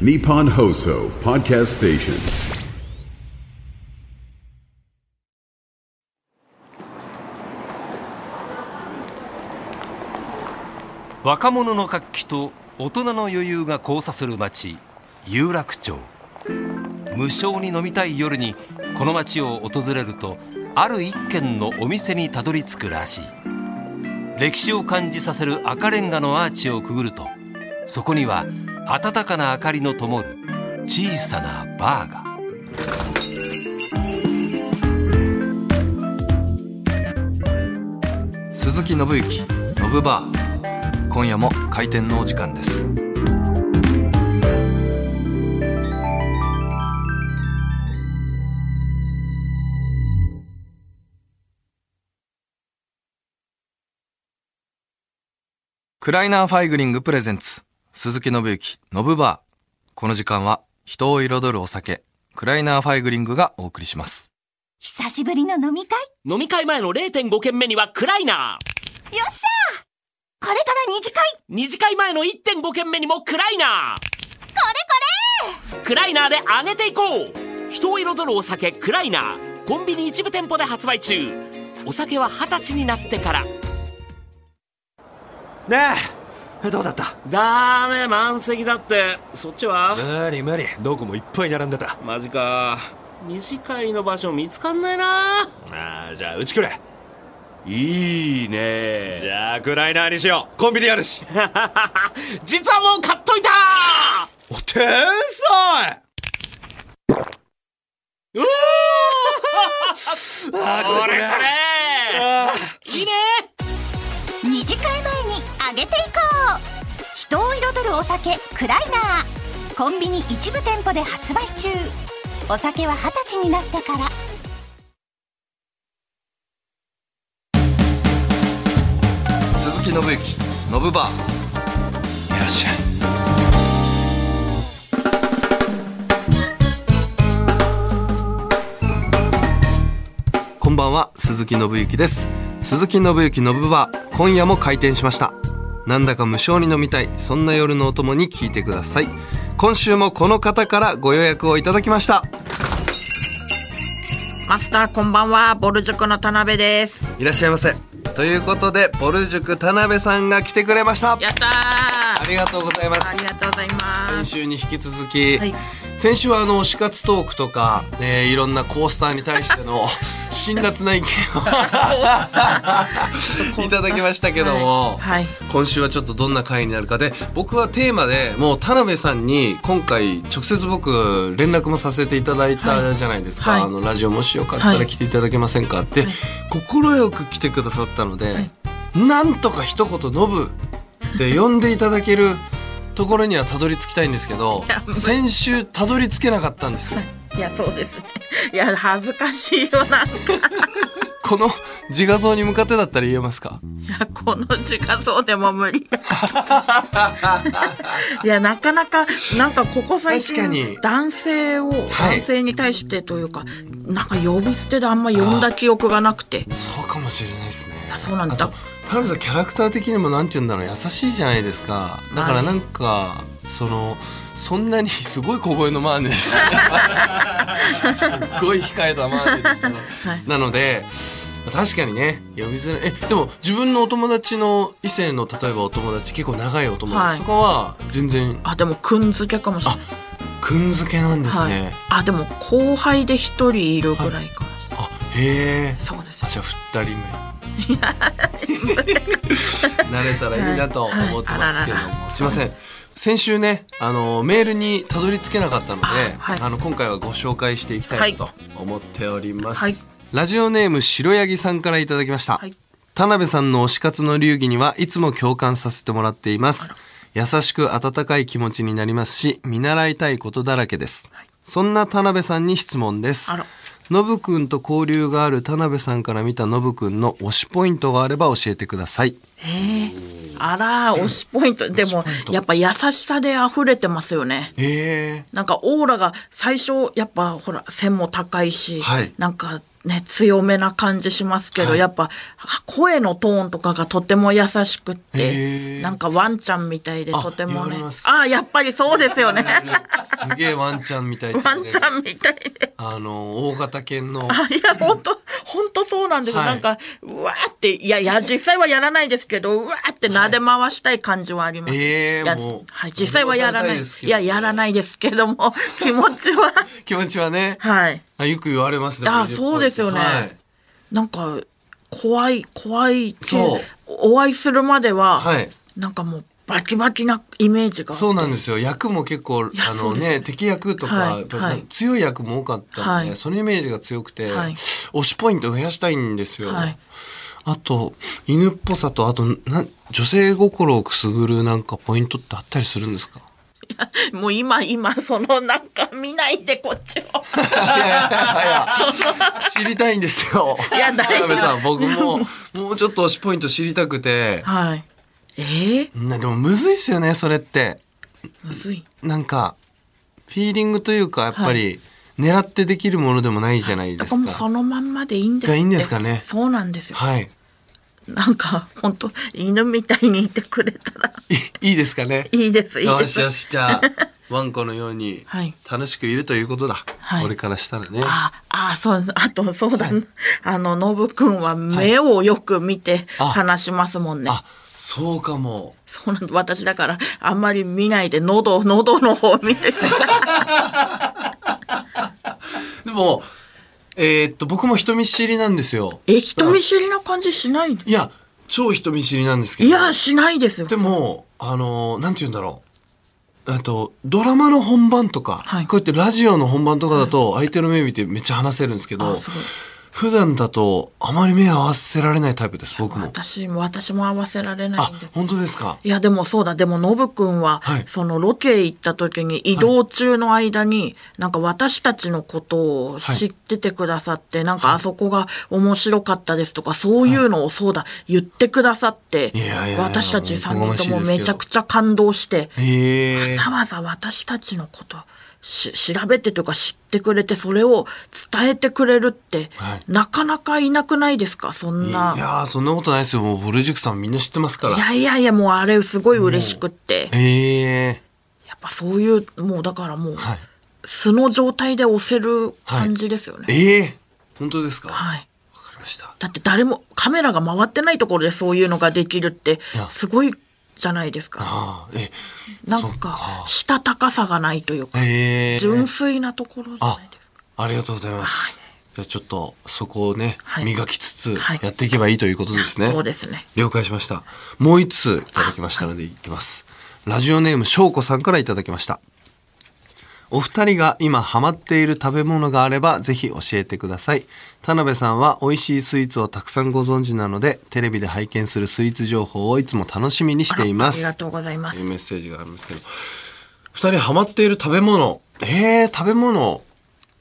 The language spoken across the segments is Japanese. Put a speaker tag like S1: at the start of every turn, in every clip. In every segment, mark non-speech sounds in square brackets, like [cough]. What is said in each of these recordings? S1: Nippon Hoso Podcast Station.
S2: 若者の活気と大人の余裕が交差する街有楽町無償に飲みたい夜にこの街を訪れるとある一軒のお店にたどり着くらしい歴史を感じさせる赤レンガのアーチをくぐるとそこには暖かな明かりの灯る小さなバーが
S3: 鈴木信之ノブバー今夜も開店のお時間ですクライナーファイグリングプレゼンツ鈴木信之ノブバーこの時間は人を彩るお酒クライナーファイグリングがお送りします
S4: 久しぶりの飲み会
S5: 飲み会前の0.5軒目にはクライナ
S4: よっしゃこれから二次会
S5: ー二次会前の1.5軒目にもクライナーこれこれクライナーで上げていこう人を彩るお酒クライナーコンビニ一部店舗で発売中お酒は二十歳になってから
S6: ねえどうだった
S5: ダメ満席だってそっちは
S6: 無理無理どこもいっぱい並んでた
S5: マジか二次会の場所見つかんないな
S6: あーじゃあうちくれ
S5: いいね
S6: じゃあクライナーにしようコンビニあるし
S5: [laughs] 実はもう買っといた
S6: お天才
S5: うわ
S6: あー
S5: これこれ
S6: あ
S5: いいね
S4: 二次会前にあげていこう人を彩るお酒クライナーコンビニ一部店舗で発売中お酒は二十歳になってから
S3: 鈴木信之ノブバーいらっしゃいこんばんは鈴木信之です鈴木信之ノブバー今夜も開店しましたなんだか無償に飲みたいそんな夜のお供に聞いてください今週もこの方からご予約をいただきました
S7: マスターこんばんはボル塾の田辺です
S3: いらっしゃいませということでボル塾田辺さんが来てくれました
S7: やったー
S3: ありがとうございま
S7: あ
S3: す
S7: りがとうございま
S3: 先
S7: す
S3: 週に引き続き、
S7: はい
S3: 先週はあの推し活トークとか、えーいろんなコースターに対して
S7: [laughs]
S3: の辛辣な意見を
S7: [laughs]
S3: いただきましたけども、
S7: はいはい
S3: 今週はちょっとどんな回になるかで僕はテーマでもう田辺さんに今回直接僕連絡もさせていただいたじゃないですか、
S7: はい
S3: あのラジオもしよかったら来ていただけませんかって快、く来てくださったので、なんとか一言ノブって呼んでいただけるところにはたどり着きたいんですけど
S7: や
S3: 先週たどり着けなかったんですよ
S7: いやそうですねいや恥ずかしいよ
S3: [laughs]
S7: なんか
S3: この自画像に向かってだったら言えますか
S7: いやこの時間そうでも無理 [laughs] いやなかなかなんかここ最
S3: 確かに
S7: 近男性を、
S3: い
S7: 男性に対してというかなんか呼び捨てであんま呼んだ記憶がなくて
S3: そうかもしれないですね
S7: あそうなんだ
S3: あと田辺さんキャラクター的にもなんて言うんだろう優しいじゃないですかだからなんかそのそんなにすごい小声のマーネでしたすっごい控えたマーネでしたね、なので確かにね呼びづらいえでも自分のお友達の異性の例えばお友達結構長いお友達とかは全然
S7: あでもくんづけかもしれない
S3: くんづけなんです
S7: は
S3: ね、
S7: い、あでも後輩で一人いるぐらいかもしれない
S3: あへえ
S7: そうです
S3: あじゃあ二人目
S7: [laughs]
S3: 慣れたらいいなと思ってますけども、
S7: はいあららら
S3: すいません先週ねあのメールにたどり着けなかったのであ、
S7: あはい
S3: の今回はご紹介していきた
S7: はいい
S3: と思っております、
S7: はい
S3: ラジオネーム白ヤギさんからいただきました、
S7: はい
S3: 田辺さんの推し活の流儀にはいつも共感させてもらっています優しく温かい気持ちになりますし見習いたいことだらけです、そんな田辺さんに質問です
S7: あら
S3: ノブくんと交流がある田辺さんから見たノブくんの推しポイントがあれば教えてください。
S7: あら、推しポイント。でも、やっぱ優しさで溢れてますよね。
S3: ええ
S7: なんかオーラが最初、やっぱほら、線も高いし、
S3: はい
S7: なんかね、強めな感じしますけど、やっぱ声のトーンとかがとても優しくって、なんかワンちゃんみたいで
S3: あ
S7: とてもね
S3: 言われます。
S7: ああ、やっぱりそうですよ [laughs] ね。
S3: すげえワンちゃんみたいってね
S7: ワンちゃんみたいで。
S3: あの大型犬の
S7: あいや、本当本当そうなんです、
S3: はい
S7: なんか、うわーって、いや、いや、実際はやらないですけど、うわーって撫で回したい感じはあります。
S3: ええ
S7: いや
S3: もう
S7: はい、実際はやらない。
S3: 踊らされたいですけ
S7: い
S3: ど
S7: や、やらないですけども、気持ちは。
S3: 気持ちはね、
S7: はい。
S3: あよく言われますね
S7: あそうですよね
S3: はい
S7: なんか、怖い、怖いってい
S3: そう
S7: お会いするまでは、
S3: はい
S7: なんかもう、バキバキなイメージが。
S3: そうなんですよ役も結構
S7: や
S3: あ
S7: そ
S3: の
S7: うです
S3: ね敵役とか、
S7: はい
S3: やっぱ
S7: はい
S3: 強い役も多かったんで、
S7: はい
S3: そのイメージが強くて、
S7: はい
S3: 推しポイント増やしたいんですよ、
S7: はい
S3: あと犬っぽさとあとなん女性心をくすぐるなんかポイントってあったりするんですか
S7: もう今、今、その、なんか見ないで、こっちを。
S3: [laughs] いやいやいや知りたいんですよ
S7: いや大丈夫
S3: 田辺さん僕ももうちょっと推しポイント知りたくて
S7: はい。えー、
S3: なでもむずいっすよねそれって
S7: むずい。
S3: なんかフィーリングというかやっぱり狙ってできるものでもないじゃないで
S7: だ
S3: すか、
S7: からもうそのまんまでいいんですって
S3: がいいんですかね
S7: そうなんですよ。
S3: はい
S7: なんか、本当犬みたいにいてくれたら [laughs]
S3: いいいですかね
S7: いいです、いい
S3: よ
S7: で
S3: し
S7: す。
S3: よしじゃあワンコのように
S7: はい
S3: 楽しくいるということだ、
S7: はい
S3: 俺からしたらね
S7: ああ、そう、あと、そうだ、ねあの、ノブくんは目をよく見て
S3: あ
S7: 話しますもんね。
S3: あそうかも
S7: そうなんだ私だから、あんまり見ないで、喉、喉の方を見
S3: [laughs]
S7: て。
S3: でもえーっと僕も人見知りなんですよ
S7: え、人見知りな感じしない
S3: いや超人見知りなんですけど
S7: いや、しないですよ。
S3: でも、あのーなんて言うんだろう。あと、ドラマの本番とか、
S7: はい
S3: こうやってラジオの本番とかだと、相手の目見てめっちゃ話せるんですけど
S7: あすごい、
S3: 普段だと、あまり目合わせられないタイプです、僕も。
S7: 私も、私も合わせられな
S3: あ
S7: いんで。、
S3: 本当ですか。
S7: いやでもそうだでもノブくんは、
S3: はい
S7: そのロケ行った時に移動中の間に、なんか私たちのことを知っててくださって、なんかあそこが面白かったですとかそういうのをそうだ言ってくださって、
S3: いやいやいや
S7: 私たち3
S3: もうおこがま
S7: 人
S3: しいで
S7: と
S3: す
S7: も
S3: けど
S7: めちゃくちゃ感動して、
S3: へえ。
S7: わざわざ私たちのことし調べてというか知ってくれてそれを伝えてくれるって、
S3: はい
S7: なかなかいなくないですかそん
S3: い
S7: な。
S3: やー、そんなことないですよ。もう、ぼる塾さんみんな知ってますから
S7: い。やいやいやもうあれすごい嬉しくって。
S3: へえ。
S7: やっぱそういうもうだからもう、
S3: はい
S7: 素の状態で押せる感じですよね。
S3: ええ。本当ですか。わ
S7: はい
S3: かりました。
S7: だって誰もカメラが回ってないところでそういうのができるって
S3: や
S7: すごいじゃないですか。
S3: ああ、え、
S7: な
S3: そ
S7: ん
S3: っ
S7: か
S3: か。
S7: したたかさがないというか、
S3: ええ。
S7: 純粋なところじゃ
S3: あ
S7: ないですか。、
S3: ありがとうございます。じゃあちょっとそこをね、
S7: はい
S3: 磨きつつ
S7: はい
S3: やっていけばいいということですね。
S7: そうですね。
S3: 了解しました。もう一通いただきましたのでいきます。ラジオネームしょうこさんからいただきました。お二人が今ハマっている食べ物があればぜひ教えてください。田辺さんは美味しいスイーツをたくさんご存知なので、テレビで拝見するスイーツ情報をいつも楽しみにしています。
S7: あらありがとうございま
S3: と
S7: す
S3: いう。メッセージがあるんですけど、二人ハマっている食べ物。えー、食べ物。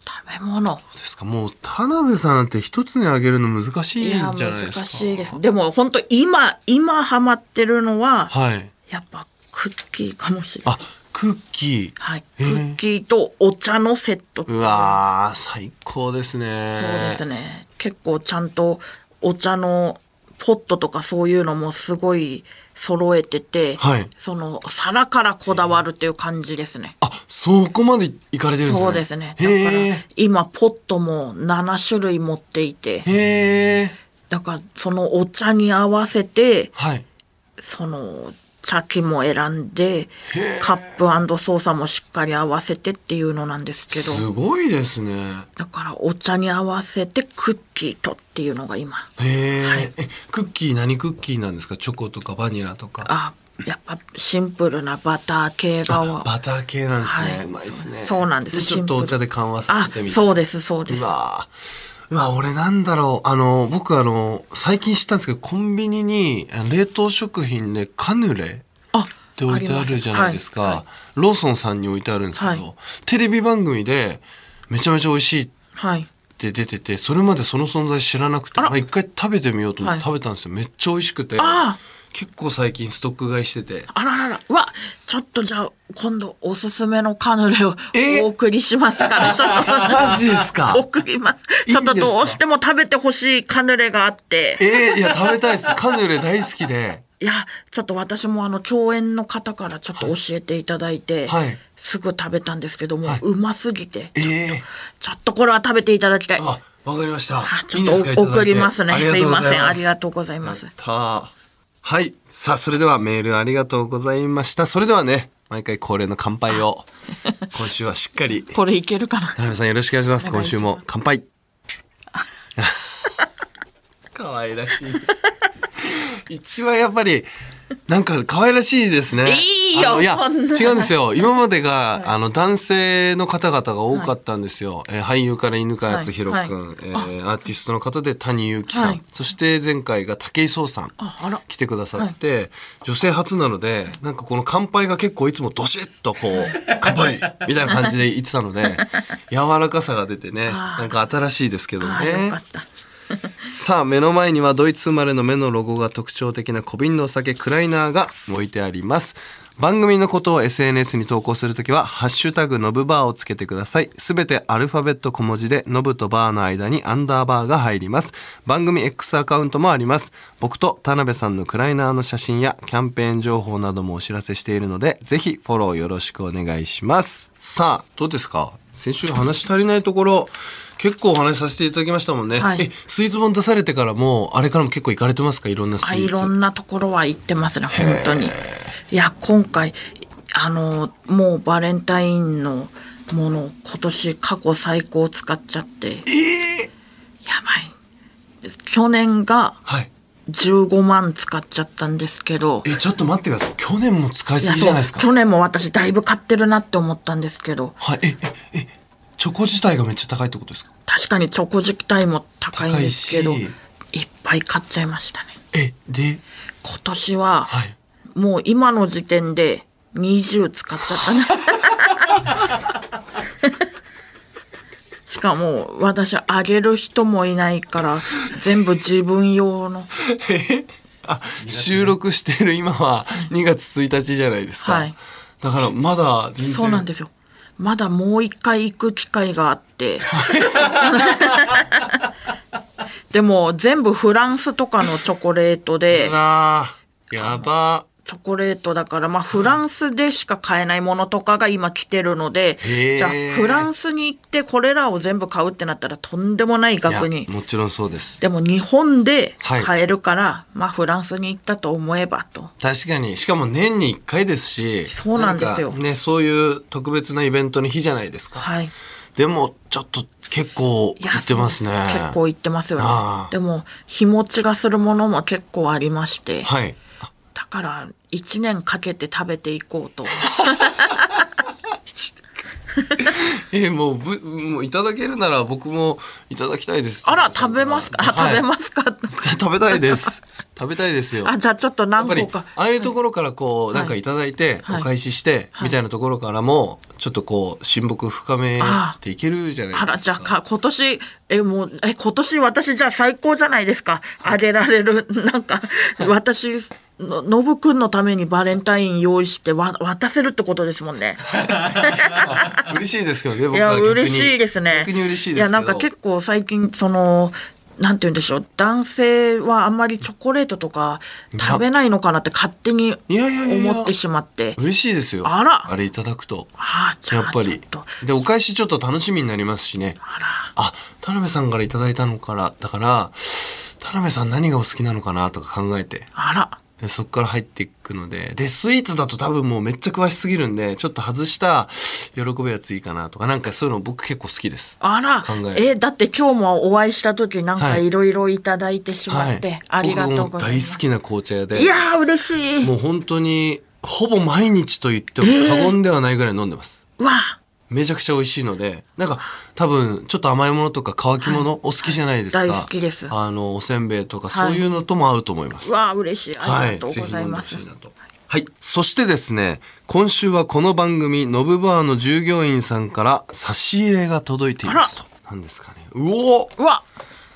S7: 食べ物。
S3: ですかもう田辺さんなんて一つにあげるの難しいん
S7: い
S3: じゃ
S7: や
S3: ないですか
S7: 難しいです。でも本当今今ハマってるのは、
S3: はい
S7: やっぱクッキーかもしれない。
S3: あクッキー
S7: はい。
S3: え
S7: ク
S3: ー
S7: ッキーとお茶のセットっていう
S3: わー最高ですね
S7: そうですね。結構ちゃんとお茶のポットとかそういうのもすごい揃えてて、
S3: はい
S7: その皿からこだわるっていう感じですね。
S3: あそこまで行かれてるんですね
S7: そうですね。だ
S3: へ
S7: から今ポットも7種類持っていて
S3: え、へえ
S7: だからそのお茶に合わせて、
S3: はい
S7: その茶器も選んで、カップソーサもしっかり合わせてっていうのなんですけ
S3: す
S7: ど、
S3: ごいですね
S7: だからお茶に合わせてクッキーとっていうのが今。
S3: へえ、
S7: はい
S3: えクッキー何クッキーなんですかチョコとかバニラとか
S7: あやっぱシンプルなバター系が多い
S3: バター系なんですね、
S7: はいう
S3: まいですね
S7: そうなんです
S3: ちょっとお茶で緩和さ
S7: あ
S3: せてみたいな
S7: そうですそうです
S3: うわーうわ、俺なんだろう。あの、僕あの、最近知ったんですけど、コンビニにあの冷凍食品でカヌレっ
S7: あ
S3: て置いてあるじゃないですか。
S7: あります
S3: ローソンさんに置いてあるんですけど、
S7: はい
S3: テレビ番組でめちゃめちゃ美味しいっ
S7: はい、はい
S3: て出てて、それまでその存在知らなくて、
S7: あら
S3: まあ一回食べてみようと思って
S7: は
S3: 食べ
S7: い
S3: たんですよ。めっちゃ美味しくて
S7: あ。
S3: 結構最近ストック買いしてて。
S7: あらららうわちょっとじゃあ、今度おすすめのカヌレを
S3: え
S7: お送りします
S3: [laughs]
S7: から、ちょっと。
S3: マジですか
S7: 送ります。
S3: いい
S7: ちょ
S3: ん
S7: っ
S3: で
S7: と
S3: すか
S7: どうしても食べてほしいカヌレがあって。
S3: えー、いや、食べたいです。カヌレ大好きで。
S7: いや、ちょっと私もあの、共演の方からちょっと教えていただいて、
S3: はいはい
S7: すぐ食べたんですけども、
S3: はいう
S7: ますぎて、
S3: えー、
S7: ちょっとこれは食べていただきたい。
S3: あ、わかりました
S7: あ。
S3: い
S7: ちょ
S3: いん
S7: っと
S3: ですかいただいて
S7: 送りますね
S3: ありがとうござ
S7: すいません
S3: ます
S7: ありがとうございます
S3: やったーはい。さあ、それではメールありがとうございました。それではね、毎回恒例の乾杯を、
S7: [laughs]
S3: 今週はしっかり。
S7: これいけるかな
S3: 田辺さんよろしくお願いします。
S7: お
S3: 今
S7: 願いし
S3: 週
S7: ます
S3: も乾
S7: [laughs]
S3: 杯。可愛らしいです。 [laughs] 一番やっぱり、なんか可愛らしいですね。
S7: いいよ
S3: あのいや、
S7: そんな
S3: 違うんです
S7: [laughs]
S3: よ。今までが、あの、男性の方々が多かったんですよ。えー俳優から犬飼敦
S7: は
S3: 弘
S7: い
S3: くん、
S7: はい
S3: えーアーティストの方で谷祐希さん、
S7: はい
S3: そして前回が武井壮さん。
S7: ああら
S3: 来てくださって、女性初なのでなんかこの乾杯が結構いつもどしっとこう
S7: [laughs]
S3: 「乾杯!」みたいな感じで言ってたので柔らかさが出てね
S7: あー
S3: なんか新しいですけど
S7: あーよ
S3: ね
S7: かった。
S3: さあ目の前にはドイツ生まれの目のロゴが特徴的な小瓶のお酒クライナーが置いてあります番組のことを SNS に投稿するときは「ハッシュタグノブバー」をつけてくださいすべてアルファベット小文字でノブとバーの間にアンダーバーが入ります番組 X アカウントもあります僕と田辺さんのクライナーの写真やキャンペーン情報などもお知らせしているのでぜひフォローよろしくお願いしますさあどうですか先週話足りないところ結構お話しさせていただきましたもんね、
S7: はい
S3: えスイーツ本出されてからもあれからも結構行かれてますかいろんなスイ
S7: あ
S3: ーツ
S7: いろんなところは行ってますね本当にいや今回あのもうバレンタインのものを今年過去最高使っちゃってやばいです去年が
S3: はい
S7: 15万使っちゃったんですけど
S3: えちょっと待ってください去年も使い
S7: い
S3: す
S7: や
S3: ぎじゃ
S7: そ
S3: な
S7: う
S3: いですか
S7: 去年も私だいぶ買ってるなって思ったんですけど
S3: はいえええチョコ自体がめっちゃ高いってことですか
S7: 確かにチョコ自体も高いんですけど
S3: 高い
S7: い
S3: し
S7: っぱい買っちゃいましたね
S3: えで
S7: 今年は、
S3: はい
S7: もう今の時点で20使っちゃったな。しかも私あげる人もいないから全部自分用の
S3: あ収録してる今は2月1日じゃないですか、
S7: はい
S3: だからまだ全然
S7: そうなんですよまだもう一回行く機会があって
S3: [laughs]
S7: でも全部フランスとかのチョコレートで
S3: うわーやば
S7: チョコレートだから、まあ、フランスでしか買えないものとかが今来てるので、
S3: へー
S7: じゃあフランスに行ってこれらを全部買うってなったらとんでもない額
S3: い
S7: に
S3: やもちろんそうです
S7: でも日本で
S3: はい
S7: 買えるから、まあ、フランスに行ったと思えばと
S3: 確かにしかも年に1回ですし
S7: そうなんですよ
S3: かね、そういう特別なイベントの日じゃないですか、
S7: はい
S3: でもちょっと結構
S7: いや
S3: 行ってますね
S7: そう結構行ってますよね
S3: ああ
S7: でも日持ちがするものも結構ありまして、
S3: はい
S7: だから1年かけて食べていこうと
S3: えもうぶもういただけるなら僕もいただきたいです
S7: あら食べますか、あ
S3: はい
S7: 食べますか
S3: 食べたいです食べたいですよ
S7: あじゃあちょっと
S3: やっ
S7: 何
S3: ぱり
S7: 個か
S3: ああいうところからこう
S7: はい
S3: なんかいただいて
S7: はい
S3: お返しして
S7: はい
S3: みたいなところからもちょっとこう親睦深めていけるじゃないです
S7: あ、
S3: から
S7: じゃあか、今年、え、もう、え、今年私じゃあ最高じゃないですか。あげられる、 [laughs] なんか、私、の、のぶくんのためにバレンタイン用意してわ、渡せるってことですもんね。
S3: 嬉しいですけどね
S7: い
S3: 僕は
S7: や、
S3: 逆に
S7: 嬉しいですね。
S3: 逆に嬉しいですけど
S7: や、なんか結構最近、その、なんて言うんでしょう。男性はあんまりチョコレートとか食べないのかなって勝手に
S3: いやいやいやいや
S7: 思ってしまって。
S3: 嬉しいですよ
S7: あら
S3: あれいただくと
S7: ああ、じゃ
S3: や
S7: あ、
S3: っぱ
S7: ちょっ
S3: り
S7: と。
S3: でお返しちょっと楽しみになりますしね
S7: あら。
S3: あ田辺さんからいただいたのからだから田辺さん何がお好きなのかなとか考えて
S7: あら。
S3: でそこから入っていくのででスイーツだと多分もうめっちゃ詳しすぎるんでちょっと外した喜ぶやついいかなとかなんかそういうの僕結構好きです
S7: あら
S3: 考え、る
S7: え、だって今日もお会いした時なんか
S3: はい
S7: いろいろいただいてしまって、ありがとう
S3: 僕
S7: ご
S3: も
S7: ざい
S3: 大
S7: ま
S3: 好
S7: す。
S3: きな紅茶屋で
S7: いやー嬉しい。
S3: もう本当にほぼ毎日と言っても過言ではないぐらい飲んでます、
S7: うわあ
S3: めちゃくちゃ美味しいのでなんか多分ちょっと甘いものとか乾き物、お好きじゃないですか、
S7: はい大好きです
S3: あのおせんべいとか
S7: は
S3: そ
S7: いう
S3: いうのとも合うと思います、
S7: うわあ嬉しい。ありがとう
S3: ぜ
S7: ご
S3: ひ
S7: ざ
S3: 飲
S7: い
S3: んでほ
S7: ます。
S3: しいなと。はい。そしてですね、今週はこの番組、ノブバーの従業員さんから差し入れが届いていますと。何ですかね。うおこ
S7: うわ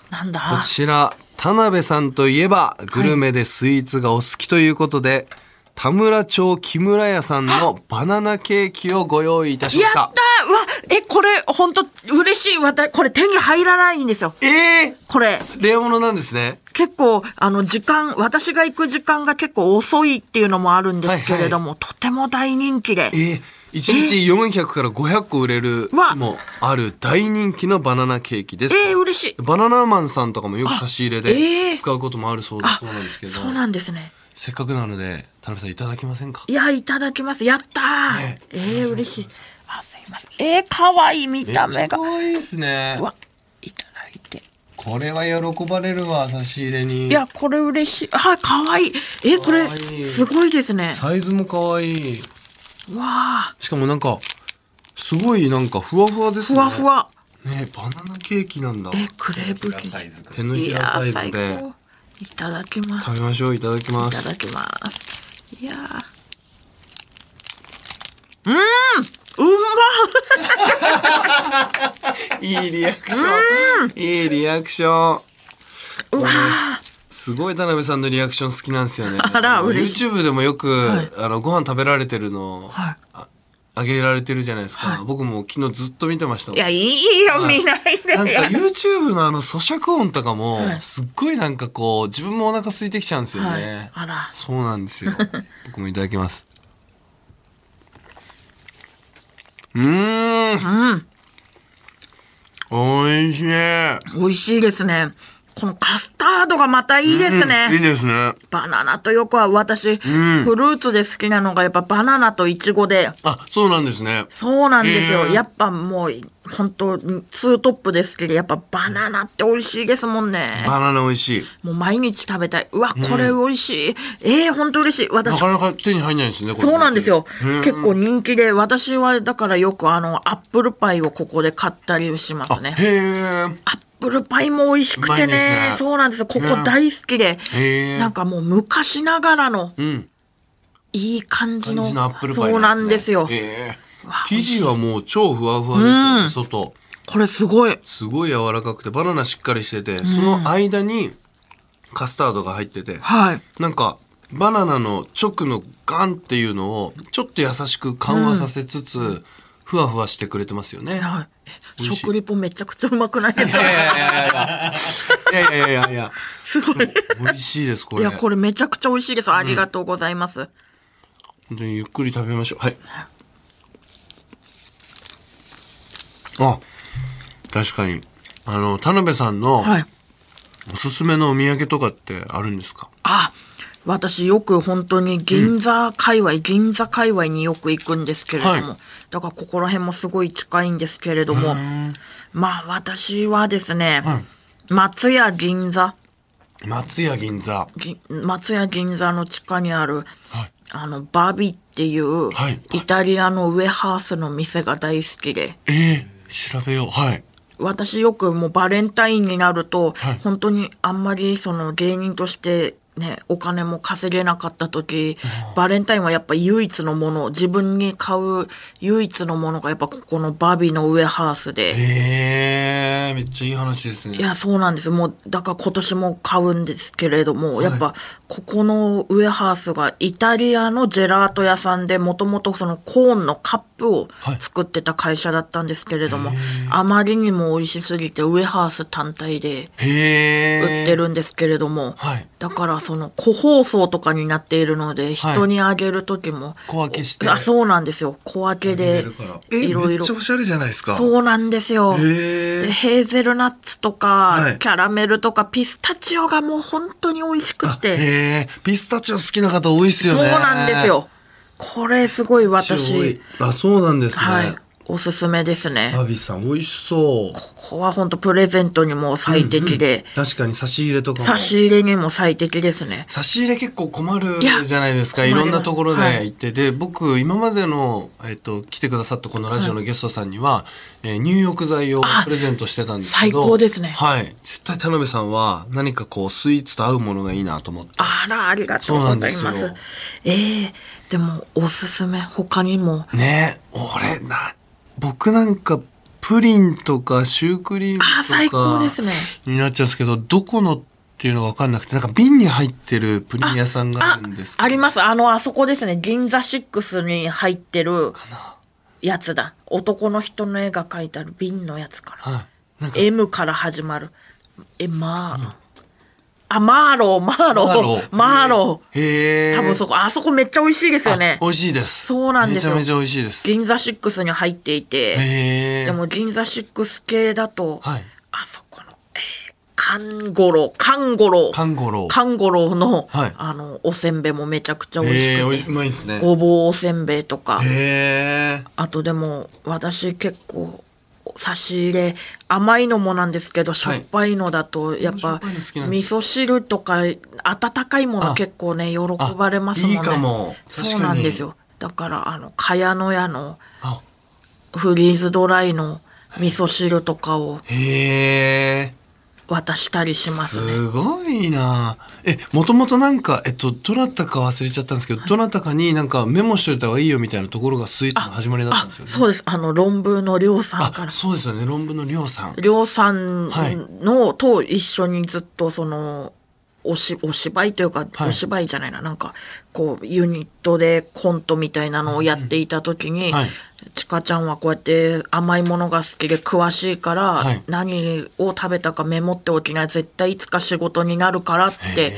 S7: なんだ
S3: ちら、田辺さんといえば、グルメでスイーツがお好きということで、田村町木村屋さんのバナナケーキをご用意いたしま
S7: やっ
S3: したた。
S7: うわえ、これ、ほんと、嬉しい。わた、これ手に入らないんですよ。
S3: え
S7: これ、 [laughs]
S3: ー、レアものなんですね。
S7: 結構、あの、時間、私が行く時間が結構遅いっていうのもあるんですけれども、とても大人気で。
S3: えー、1日400から500個売れる
S7: わ
S3: 日もある大人気のバナナケーキです。
S7: えー、嬉しい。
S3: バナナマンさんとかもよく差し入れ
S7: あえ
S3: で
S7: ー
S3: 使うこともあるそうで
S7: あ
S3: そうなんですけど、
S7: そうなんですね。
S3: せっかくなので田辺さんいただきませんか
S7: いや、いただきます。やったー。
S3: ね
S7: えー、嬉しい。あ、すいません。えー、かわいい見
S3: め
S7: た
S3: っち
S7: 目
S3: ゃ
S7: が。
S3: 可愛いですね
S7: うわ、いただいて。
S3: これは喜ばれるわ差し入れに
S7: いや、これ嬉しい。あ、かわいい。えー、これ
S3: かわいい、
S7: すごいですね。
S3: サイズも可愛い
S7: わあ、
S3: しかもなんかすごいなんかふわふわです
S7: ふ
S3: ね
S7: わふわ。
S3: ねバナナケーキなんだ
S7: えー、クレープ生地。
S3: 手の
S7: い
S3: ひ
S7: や
S3: らサイズ
S7: ー、最
S3: で
S7: 高。いただきます。
S3: 食べましょういただきま
S7: いた
S3: す
S7: だきます。いやー。うーん、う
S3: いいリアクションいいリアクション
S7: まっ。うわー。
S3: すごい田辺さんのリアクション好きなんですよね。
S7: あら
S3: の
S7: 嬉し
S3: YouTube でもよく、
S7: はい
S3: あのご飯食べられてるの、
S7: はい
S3: ああげられてるじゃないですか。僕も昨日ずっと見てましたもん
S7: [laughs] いや、いいよ、見ないで
S3: なんか
S7: よ。
S3: YouTube のあの咀嚼音とかも、
S7: はい
S3: すっごいなんかこう自分もお腹空いてきちゃうんですよね。
S7: はいあら
S3: そうなんです
S7: [laughs]
S3: よ。僕もいただきます。うーん、
S7: うん。
S3: おいしい。
S7: 美味しいですね。このカスタードがまたいいですね。
S3: うんいいですね。
S7: バナナとよくは私、
S3: ん
S7: フルーツで好きなのがやっぱバナナとイチゴで、
S3: あ、そうなんですね。
S7: そうなんですよ。
S3: うん
S7: やっぱもう、本当ツートップで好きで、やっぱバナナって美味しいですもんね。
S3: バナナ美味しい。
S7: もう毎日食べたい。うわ、これ美味しい。ええー、本当嬉しい。
S3: な
S7: 私、
S3: かなか手に入んないですね。これ
S7: そうなんですよ。
S3: うん
S7: 結構人気で、私はだからよくあの、アップルパイをここで買ったりしますね。
S3: へえ。
S7: アップルパイも美味しくて
S3: うまいです
S7: ね
S3: ね
S7: そうなんですよここ
S3: ね
S7: 大好きで、
S3: へえ
S7: なんかもう昔ながらの
S3: うん。
S7: いい感じ
S3: 感
S7: の
S3: じのアップルパイ
S7: そうなんですよ、
S3: へえ生地はもう超ふわふわですよね、外。
S7: これすごい
S3: すごい柔らかくて、バナナしっかりしてて、その間にカスタードが入ってて、
S7: はい
S3: なんか、バナナの直のガンっていうのを、ちょっと優しく緩和させつつ、ふわふわしてくれてますよね。
S7: はいえ
S3: 味しい
S7: 食リポめちゃくちゃうまくないです
S3: い
S7: か
S3: やいやいやいやいやいやいやいやいや。
S7: すごい
S3: 美味しいです、こ
S7: い
S3: れ。
S7: やこれめちゃくちゃ美味しいですありがとうございます、
S3: 本当にゆっくり食べましょうはいあ確かにあの田辺さんの
S7: はい
S3: おすすめのお土産とかってあるんですか、
S7: あ私よく本当に銀座界隈、銀座界隈によく行くんですけれども、
S3: はい
S7: だからここら辺もすごい近いんですけれどもまあ私はですね、
S3: はい
S7: 松屋銀座
S3: 松屋銀座
S7: ぎ松屋銀座の地下にある、
S3: はい
S7: あのバビっていう、
S3: はい
S7: イタリアのウェハースの店が大好きで
S3: えー、調べようはい
S7: 私よくもうバレンタインになると、
S3: はい
S7: 本当にあんまりその芸人としてね、お金も稼げなかった時、バレンタインはやっぱ唯一のもの、自分に買う唯一のものがやっぱここのバビのウェハースで。
S3: えー、めっちゃいい話ですね
S7: いや、そうなんです。もう、だから今年も買うんですけれども、やっぱ、ここのウェハースがイタリアのジェラート屋さんで、もともとそのコーンのカップを
S3: はい
S7: 作ってた会社だったんですけれども、あまりにも美味しすぎて、ウェハース単体で
S3: へー
S7: 売ってるんですけれども、
S3: はい
S7: だからその個包装とかになっているので、人にあげる時も、
S3: 小分けして
S7: あそうなんですよ。小分けで、
S3: え
S7: いろい
S3: めっ
S7: ろ
S3: ちゃ。おしゃれじゃないですか
S7: そうなんですよ。
S3: へー
S7: でヘーゼルナッツとか、
S3: はい
S7: キャラメルとかピスタチオがもう本当に美味しく
S3: あ
S7: て、
S3: へえピスタチオ好きな方多いっすよ
S7: そう
S3: ね
S7: なんですよこれすごい私、
S3: あそうなんですね、
S7: はい、おすすめですね
S3: バビさん美味しそう
S7: ここは本当プレゼントにも最適で、
S3: 確かに差し入れとかも
S7: 差し入れにも最適ですね
S3: 差し入れ結構困る
S7: いや
S3: じゃないですか
S7: 困
S3: い
S7: りま
S3: ろ
S7: す
S3: んなところで
S7: はい
S3: 行って、で僕今までの、えっと来てくださったこのラジオのゲストさんには、えー入浴剤を
S7: あ
S3: プレゼントしてたんですけど
S7: 最高ですね
S3: はい絶対田辺さんは何かこうスイーツと合うものがいいなと思って
S7: あらありがとうござい
S3: そうな
S7: ま
S3: んです
S7: す
S3: よ
S7: えー、でもおすすめ他にも
S3: ね俺な僕なんかプリンとかシュークリームとか
S7: あー最高ですね
S3: になっちゃうんですけどどこのっていうのが分かんなくてなんか瓶に入ってるプリン屋さんがあ
S7: あ
S3: るんです、けど
S7: あります。あの、あそこですね。銀座6に入ってるやつだ。男の人の絵が描いてある瓶のやつから。
S3: はいなんか
S7: M から始まる。え、まあ。あ、マーロー、マーロ
S3: マーロ
S7: ー
S3: ー、
S7: マーロー。
S3: へえ
S7: 多分そこ、あそこめっちゃ美味しいですよね
S3: 美。味しいです
S7: そうなんです
S3: め
S7: よ
S3: ちゃめちゃ美味しいですへ
S7: 銀座6に入っていて。
S3: え
S7: でも銀座6系だと、
S3: はい
S7: あそこの、えー、カンゴロウ、カンゴロウ。
S3: カンゴロウ
S7: カンゴロウの、
S3: はい
S7: あの、おせんべいもめちゃくちゃ美味し
S3: へえ
S7: く
S3: お
S7: て
S3: い。うまいですね
S7: ごぼうおせんべいとか、
S3: へえ
S7: あとでも私結構差し入れ甘いのもなんですけどしょっぱいのだとやっ
S3: しょ
S7: ぱ
S3: っぱいの好きなんで
S7: 味
S3: す
S7: 噌汁とか温かいもの結構ね喜ばれますもんね
S3: いいかも確かに
S7: そうなんですよだからあの茅野屋の
S3: あ
S7: フリーズドライの味噌汁とかを
S3: へえ
S7: 渡したりしますね
S3: すごいなえもともとなんかえっとどなたか忘れちゃったんですけど、どなたかになんかメモしといた方がいいよみたいなところがスイーツの始まりだった
S7: あ
S3: んですよね
S7: そうですあの論文のりょうさんか
S3: あ
S7: ら
S3: そうですよね論文のりょうさん
S7: りょうさん
S3: はい
S7: のと一緒にずっとそのおしお芝居というか、
S3: はい
S7: お芝居じゃないななんかこうユニットでコントみたいなのをやっていた時に、
S3: うんはい
S7: ちかちゃんはこうやって甘いものが好きで詳しいから、
S3: はい
S7: 何を食べたかメモっておきな絶対いつか仕事になるからって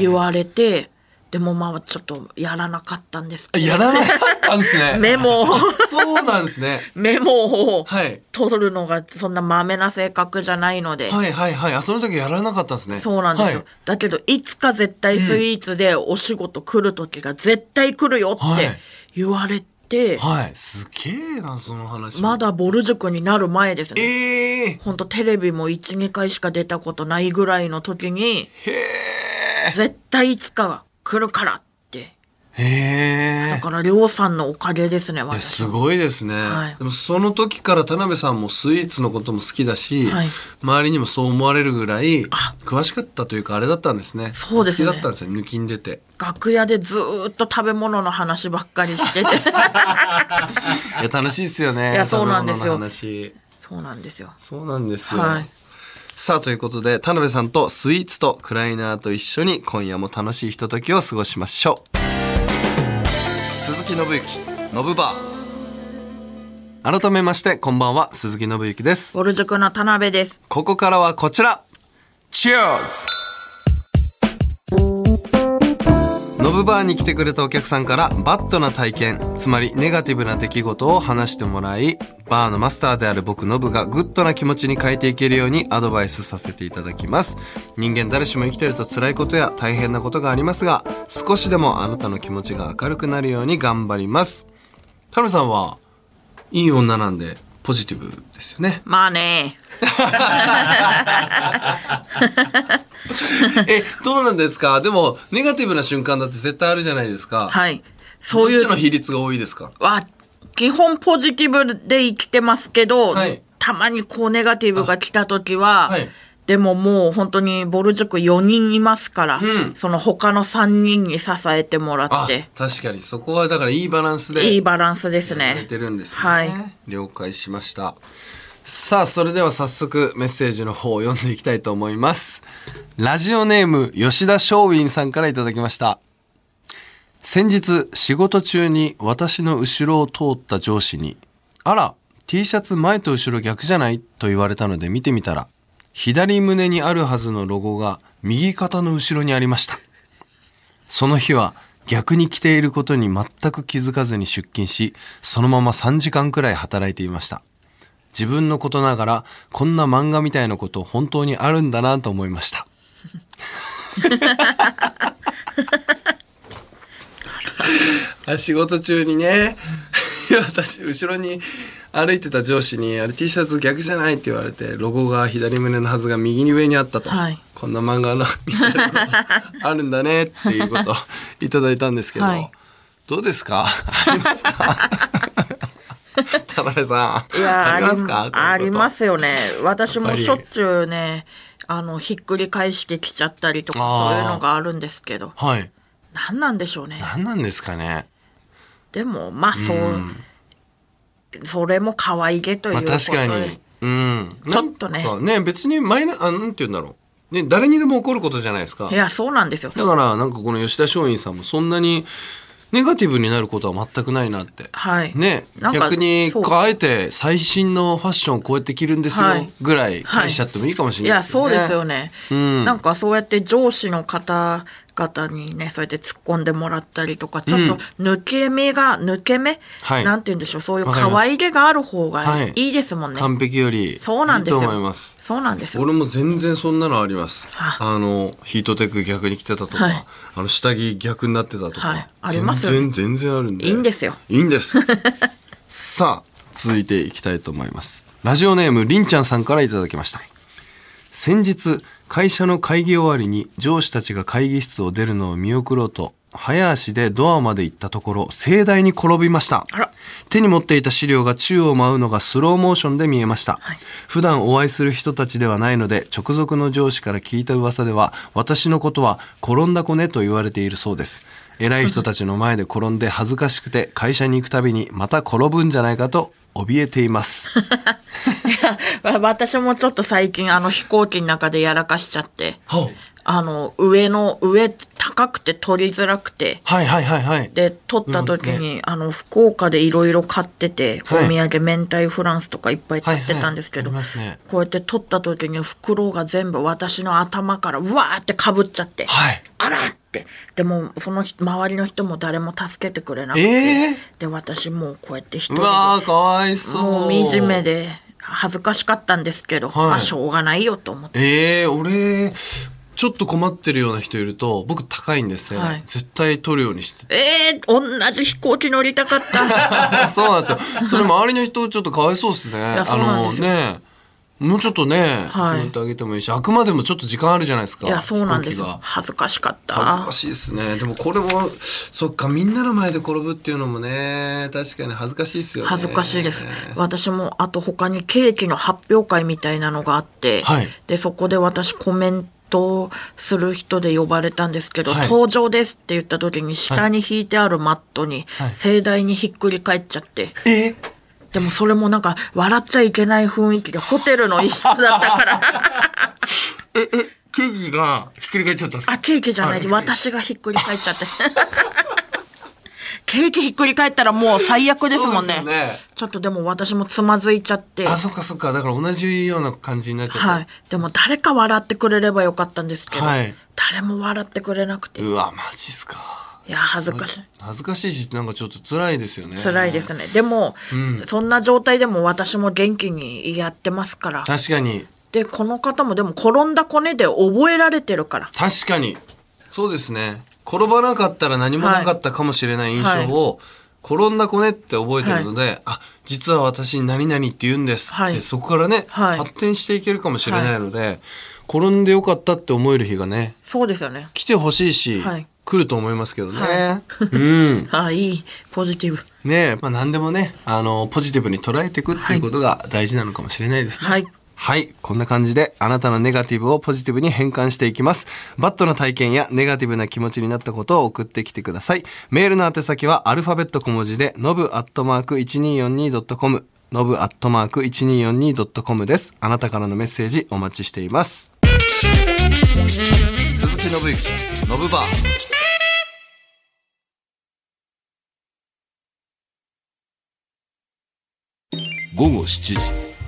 S7: 言われてでもまあちょっとやらなかったんです
S3: あ
S7: けど
S3: やらなかったんです
S7: [laughs]
S3: ね
S7: メモを
S3: そうなんですね
S7: メモを
S3: はい
S7: 取るのがそんなまめな性格じゃないので。
S3: はいはいはいあその時やらなかったんですね
S7: そうなんですよ、
S3: はい
S7: だけどいつか絶対スイーツでお仕事来る時が絶対来る
S3: う
S7: よ
S3: ん
S7: っ
S3: は
S7: て
S3: い
S7: 言われて、
S3: はい。すげえな、その話。
S7: ま。だボル塾になる前ですね
S3: ええ
S7: ほんとテレビも12回しか出たことないぐらいの時に絶対いつかが来るからって
S3: ー。え
S7: だからりょうさんのおかげですね
S3: えー。
S7: 私
S3: す
S7: は
S3: ごいですね、
S7: はい
S3: でもその時から田辺さんもスイーツのことも好きだし、
S7: はい
S3: 周りにもそう思われるぐらい
S7: あ
S3: 詳しかったというかあれだったんですね
S7: そうですね
S3: 好きだったんですよ抜きんでて
S7: 楽屋でずーっと食べ物の話ばっかりし
S3: [laughs]
S7: てて
S3: いや楽しいですよね
S7: いやそうなんですよ
S3: 食べ物の話
S7: そうなんですよ
S3: そうなんですよ、
S7: はい
S3: さあということで田辺さんとスイーツとクライナーと一緒に今夜も楽しいひとときを過ごしましょう鈴木信之のぶバー改めましてこんばんは鈴木信之です
S7: ボル塾の田辺です
S3: ここからはこちら Cheers! ノブバーに来てくれたお客さんからバッドな体験、つまりネガティブな出来事を話してもらい、バーのマスターである僕ノブがグッドな気持ちに変えていけるようにアドバイスさせていただきます。人間誰しも生きてると辛いことや大変なことがありますが、少しでもあなたの気持ちが明るくなるように頑張ります。タルさんは、いい女なんで、ポジティブですよね。
S7: まあね
S3: [laughs] え、どうなんですかでも、ネガティブな瞬間だって絶対あるじゃないですか。
S7: はいそういう
S3: どっちの比率が多いですか
S7: は基本ポジティブで生きてますけど、
S3: はい
S7: たまにこうネガティブが来た時は、
S3: はい
S7: でももう本当にボル塾4人いますから、
S3: うん
S7: その他の3人に支えてもら
S3: あ
S7: って、
S3: 確かに。そこはだからいいバランスで。
S7: いいバランスです
S3: やれ
S7: ね
S3: て。るんですね。
S7: はい
S3: 了解しました。さあ、それでは早速メッセージの方を読んでいきたいと思います。ラジオネーム、吉田松陰さんからいただきました。先日、仕事中に私の後ろを通った上司に、あら、T シャツ前と後ろ逆じゃないと言われたので見てみたら、左胸にあるはずのロゴが右肩の後ろにありました。その日は逆に着ていることに全く気づかずに出勤し、そのまま3時間くらい働いていました。自分のことながら、こんな漫画みたいなこと本当にあるんだなと思いました。あ仕事中にね、いや私、後ろに歩いてた上司に、あれ T シャツ逆じゃないって言われて、ロゴが左胸のはずが右に上にあったと。
S7: はい
S3: こんな漫画の、みたいなのがあるんだねっていう
S7: [laughs]
S3: ことをいただいたんですけど、
S7: はい
S3: どうですかありますか田辺さん。
S7: い
S3: あ
S7: やあ
S3: り
S7: り
S3: ますかこういうこと
S7: ありますよね。私
S3: や
S7: も
S3: っぱり
S7: しょっちゅうね、あの、ひっくり返してきちゃったりとか、
S3: あー
S7: そういうのがあるんですけど、
S3: はい。
S7: 何なんでしょうね。
S3: 何なんですかね。
S7: でも、まあ、そう、それも可愛げという
S3: ま
S7: こ
S3: あ
S7: とで。
S3: 確かに。うん。
S7: ちょっとね
S3: なんかね、別にマイナ、あ、なんて言うんだろう。ね、誰にでも起こることじゃないですか
S7: い。や、そうなんですよ。
S3: だから、なんかこの吉田松陰さんもそんなにネガティブになることは全くないなって。
S7: はい。
S3: ね、
S7: なんか
S3: 逆に
S7: そう
S3: あえて最新のファッションをこうやって着るんですよ
S7: はい
S3: ぐらい返しちゃってもいいかもし
S7: い
S3: れない
S7: や、そうですよ
S3: ね。
S7: ね。
S3: うん
S7: なんかそうやって上司の方々にね、そうやって突っ込んでもらったりとか、ちょっと抜け目が、抜け目、
S3: はい
S7: なんて言うんでしょう、そういう
S3: わかります
S7: 可愛げがある方
S3: は
S7: が
S3: い
S7: いいですもんね。
S3: 完璧よりいいと
S7: そうなんですよ。
S3: 思います。
S7: そうなんですよ。
S3: 俺も全然そんなのあります。
S7: は
S3: あのヒートテック逆に着てたとか、
S7: はい
S3: あの下着逆になってたとか、
S7: はいありますよ
S3: 全然全然あるんで。
S7: いい
S3: [laughs]
S7: んですよ。
S3: いいん
S7: [laughs]
S3: です。さあ続いていきたいと思います。ラジオネームりんちゃんさんからいただきました。先日会社の会議終わりに上司たちが会議室を出るのを見送ろうと早足でドアまで行ったところ盛大に転びました
S7: ら
S3: 手に持っていた資料が宙を舞うのがスローモーションで見えました、普段お会いする人たちではないので直属の上司から聞いた噂では私のことは転んだ子ねと言われているそうです偉い人たちの前で転んで恥ずかしくて会社に行くたびにまた転ぶんじゃないかと怯えています
S7: [laughs] わ私もちょっと最近あの飛行機の中でやらかしちゃって、
S3: は
S7: あの上の上高くて取りづらくて
S3: はいはいはいはい
S7: で取った時
S3: そうで
S7: に、あの福岡でいろいろ買ってて、
S3: はい
S7: お土産明太フランスとかいっぱい買ってたんですけど、
S3: はいはいありますね
S7: こうやって取った時に袋が全部私の頭からうわーってかぶっちゃって、
S3: はい
S7: あらってでもその人周りの人も誰も助けてくれなくて、
S3: え
S7: で私もうこうやって一人
S3: う
S7: で
S3: わーかわいそう
S7: もう惨めで恥ずかしかったんですけど、
S3: はい
S7: まあしょうがないよと思って。
S3: ええ俺ちょっと困ってるような人いると僕高いんですね、
S7: はい
S3: 絶対取るようにして [laughs] て
S7: えー、同じ飛行機乗りたかった。
S3: [laughs] そうなんですよそれ周りの人ちょっとかわいそうですね
S7: やそうなんですよ
S3: あのねもうちょっとね、
S7: は
S3: 決
S7: い
S3: めてあげてもいいしあくまでもちょっと時間あるじゃないですか
S7: いや、そうなんです
S3: 飛行
S7: よ
S3: 機。が
S7: 恥ずかしかった。
S3: 恥ずかしいですねでもこれもそっかみんなの前で転ぶっていうのもね確かに恥ずかしいですよね
S7: 恥ずかしいです。私も、あと他にケーキの発表会みたいなのがあって、
S3: はい
S7: で、そこで私コメントする人で呼ばれたんですけど、
S3: はい
S7: 登場ですって言った時に下に引いてあるマットに
S3: はい
S7: 盛大にひっくり返っちゃって、
S3: え
S7: でもそれもなんか笑っちゃいけない雰囲気でホテルの一室だった
S3: [laughs]
S7: から、
S3: ケーキがひっくり返っちゃったんですか
S7: あ、ケーキじゃないで、私がひっくり返っちゃって。 [laughs] ケーキひっくり返ったらもう最悪ですも
S3: そう
S7: んね。
S3: ですよね
S7: ちょっとでも私もつまずいちゃって。
S3: あそっかそっかだから同じような感じになっちゃった、
S7: はい。でも誰か笑ってくれればよかったんですけど、
S3: はい
S7: 誰も笑ってくれなくて。いう
S3: わマジっすか
S7: や、恥ずかしい。
S3: 恥ずかしいしなんかちょっと辛いですよね
S7: 辛いですね。でも、そんな状態でも私も元気にやってますから。
S3: 確かに
S7: で、この方もでも転んだコネで覚えられてるから。
S3: 確かにそうですね転ばなかったら何もなかったかもしれない印象を、転んだ子ねって覚えてるので、あ実は私何々って言うんですって、
S7: はい
S3: そこからね、
S7: はい
S3: 発展していけるかもしれないので、転んでよかったって思える日がね
S7: そうですよね。
S3: 来てほしいし、
S7: はい
S3: 来ると思いますけどね、
S7: は
S3: うん
S7: あ、いい。ポジティブ。
S3: ねえ、まあ、何でもねあのポジティブに捉えていくっていうことが大事なのかもしれないですね。
S7: はい
S3: はい。こんな感じで、あなたのネガティブをポジティブに変換していきます。バットな体験やネガティブな気持ちになったことを送ってきてください。メールの宛先は、アルファベット小文字で、ノブアットマーク 1242.com、ノブアットマーク 1242.com です。あなたからのメッセージお待ちしています。鈴木信之、ノブバー。
S8: 午後7時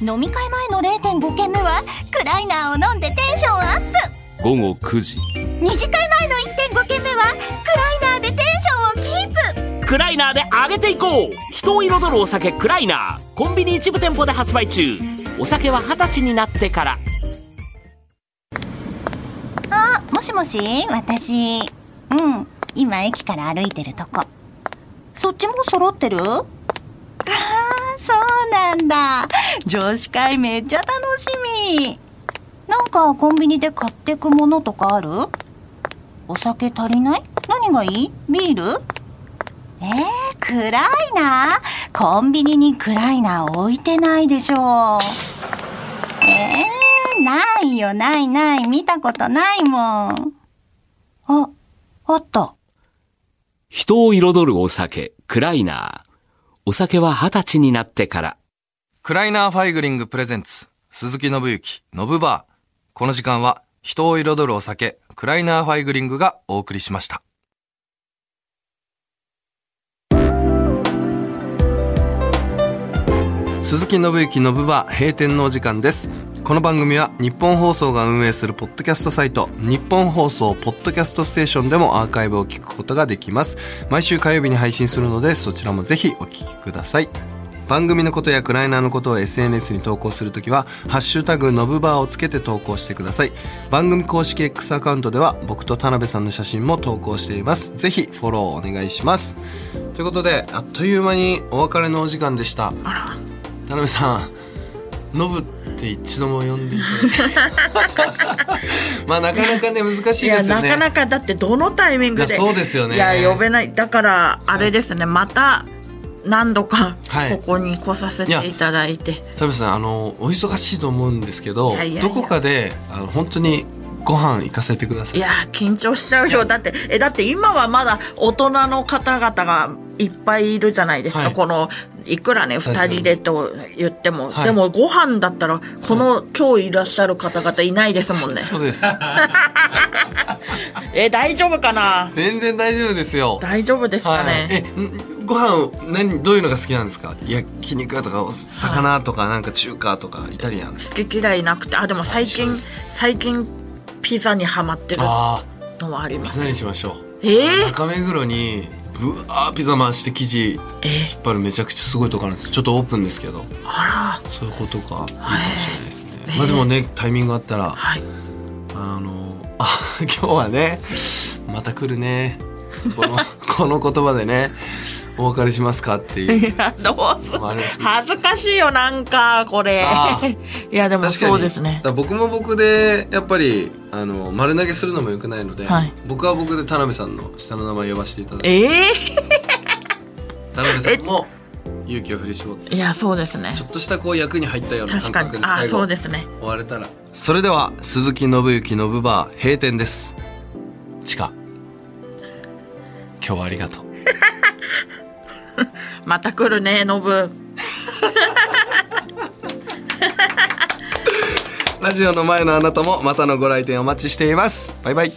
S4: 飲み会前の0.5軒目はクライナーを飲んでテンションアップ
S8: 午後9時
S4: 二次会前の1.5軒目はクライナーでテンションをキープ
S5: クライナーで上げていこう人を彩るお酒クライナーコンビニ一部店舗で発売中お酒は二十歳になってから
S4: あもしもし私うん今駅から歩いてるとこそっちも揃ってるああそうなんだ女子会めっちゃ楽しみなんかコンビニで買ってくものとかあるお酒足りない何がいいビールえー、暗いなコンビニに暗いな置いてないでしょうえー、ないよ、ないない、見たことないもん。あ、あった。
S5: 人を彩るお酒クライナーお酒は二十歳になってから
S3: クライナーファイグリングプレゼンツ鈴木信之ノブバーこの時間は人を彩るお酒、クライナーファイグリングがお送りしました。鈴木信之のぶば閉店のお時間ですこの番組は日本放送が運営するポッドキャストサイト日本放送ポッドキャストステーションでもアーカイブを聞くことができます毎週火曜日に配信するのでそちらもぜひお聞きください番組のことやクライナーのことを SNS に投稿するときは「ハッシュタグのぶバー」をつけて投稿してください番組公式 X アカウントでは僕と田辺さんの写真も投稿していますぜひフォローお願いしますということであっという間にお別れのお時間でした田辺さんノブって一度も呼んでい
S7: [laughs]
S3: ただいてまあなかなかね難しい
S7: い
S3: で
S7: や
S3: すよ
S7: な
S3: ね
S7: かなかだってどのタイミング
S3: い
S7: で
S3: やそうですよね
S7: いや呼べないだからあれですねまた何度か
S3: はい
S7: ここに来させていただいて、
S3: 田辺さんあのお忙しいと思うんですけど
S7: いやいやいや
S3: どこかであの本当にご飯行かせてくださ
S7: い
S3: い
S7: やー緊張しちゃうよだってえだって今はまだ大人の方々がいっぱいいるじゃないですか、
S3: はい
S7: このいくらね
S3: 確か
S7: 2
S3: に
S7: 人でと言っても、
S3: はい
S7: でもご飯だったらこの、今日いらっしゃる方々いないですもんね
S3: そうです
S7: え大丈夫かな
S3: 全然大丈夫ですよ
S7: [laughs] 大丈夫ですか
S3: はい
S7: ね、
S3: えんご飯何どういうのが好きなんですか焼肉とかお魚とかなんか中華とかイタリアンです
S7: 好き嫌いなくてあでも最
S3: 一緒
S7: 近
S3: です
S7: 最近ピザにハマってる
S3: あ
S7: のはあり
S3: あ
S7: ま
S3: ピ
S7: す
S3: ザにしましょう
S7: えー、
S3: 中目黒にぶわーピザ回して生地引っ張るめちゃくちゃすごいとこあるんですちょっとオープンですけど
S7: あ
S3: そういうことかいいかもしれないですね、まあでもねタイミングあったら、
S7: らはい
S3: あのあ [laughs] 今日はねまた来るねこの [laughs] この言葉でねお別れしますかっていう
S7: いやどうす
S3: まああれです
S7: 恥ずかしいよなんかこれ
S3: あー
S7: [laughs] いやでも
S3: 確かに
S7: そうですね
S3: だから僕も僕でやっぱりあの丸投げするのもよくないので、
S7: はい
S3: 僕は僕で田辺さんの下の名前呼ばせていただいて
S7: ええ
S3: 田辺さんも勇気を振り絞って
S7: いやそうですね
S3: ちょっとしたこう役に入ったような感
S7: 確か
S3: 覚
S7: に
S3: で
S7: あ
S3: 最
S7: そ
S3: 後
S7: うですね
S3: 終われたらそれでは鈴木信之のブバー閉店ですチカ今日はありがとう
S7: また来るねノブ
S3: ラジオの前のあなたもまたのご来店お待ちしていますバイバイ